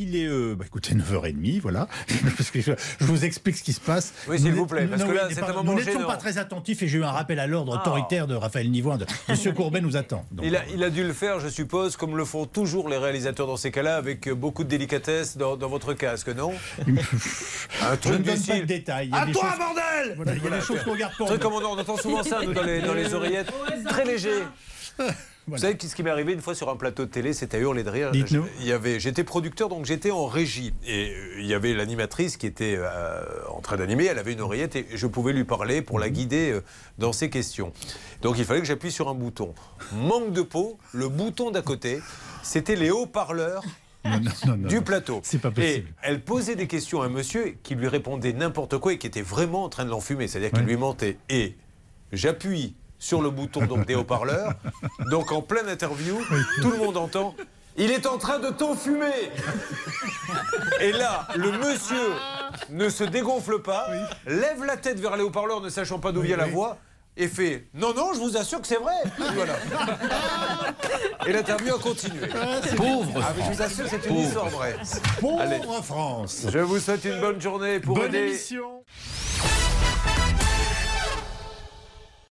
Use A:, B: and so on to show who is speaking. A: Il est, euh, bah, écoutez, 9h30, voilà. Parce que je, je vous explique ce qui se passe.
B: Oui, s'il vous plaît, parce
A: Nous
B: que là,
A: n'é-
B: c'est
A: pardon,
B: un moment
A: Nous n'étions
B: gênant.
A: pas très attentifs et j'ai eu un rappel à l'ordre
B: Ah.
A: autoritaire de Raphaël Nivoin. Monsieur Courbet nous attend. Donc,
B: Il a, il a dû le faire, je suppose, comme le font toujours les réalisateurs dans ces cas-là, avec euh, beaucoup de délicatesse dans, dans votre casque, non Un
A: je ne
B: truc
A: donne
B: du
A: pas de
B: style.
A: détails. Il y a des choses,
B: bordel
A: voilà, il y a des choses qu'on garde pour
B: truc
A: nous.
B: comme on, on entend souvent ça, nous, dans les, dans les oreillettes. Très léger. Vous savez ce qui m'est arrivé une fois sur un plateau de télé, c'était à hurler de rire.
A: Dites-nous.
B: Je- il y avait- J'étais producteur, donc j'étais en régie. Et euh, il y avait l'animatrice qui était euh, en train d'animer, elle avait une oreillette et je pouvais lui parler pour la guider euh, dans ses questions. Donc il fallait que j'appuie sur un bouton. Manque de peau, le bouton d'à côté, c'était les haut-parleurs
A: Non, non, non, non.
B: du plateau.
A: C'est pas possible.
B: Et elle posait des questions à un monsieur qui lui répondait n'importe quoi et qui était vraiment en train de l'enfumer, c'est-à-dire qu'il
A: Ouais.
B: lui mentait. Et j'appuie sur le bouton donc, des haut-parleurs, donc en pleine interview, tout le monde entend. Il est en train de t'enfumer Et là, le monsieur ne se dégonfle pas, lève la tête vers les haut-parleurs ne sachant pas d'où vient la
A: oui.
B: voix, et fait « Non, non, je vous assure que c'est vrai !» Voilà. Et l'interview a continué.
C: Pauvre
B: Ah, mais je vous assure que c'est une histoire vraie.
A: Pauvre
B: Allez.
A: France
B: Je vous souhaite une bonne journée pour
A: Bonne
B: aider.
A: émission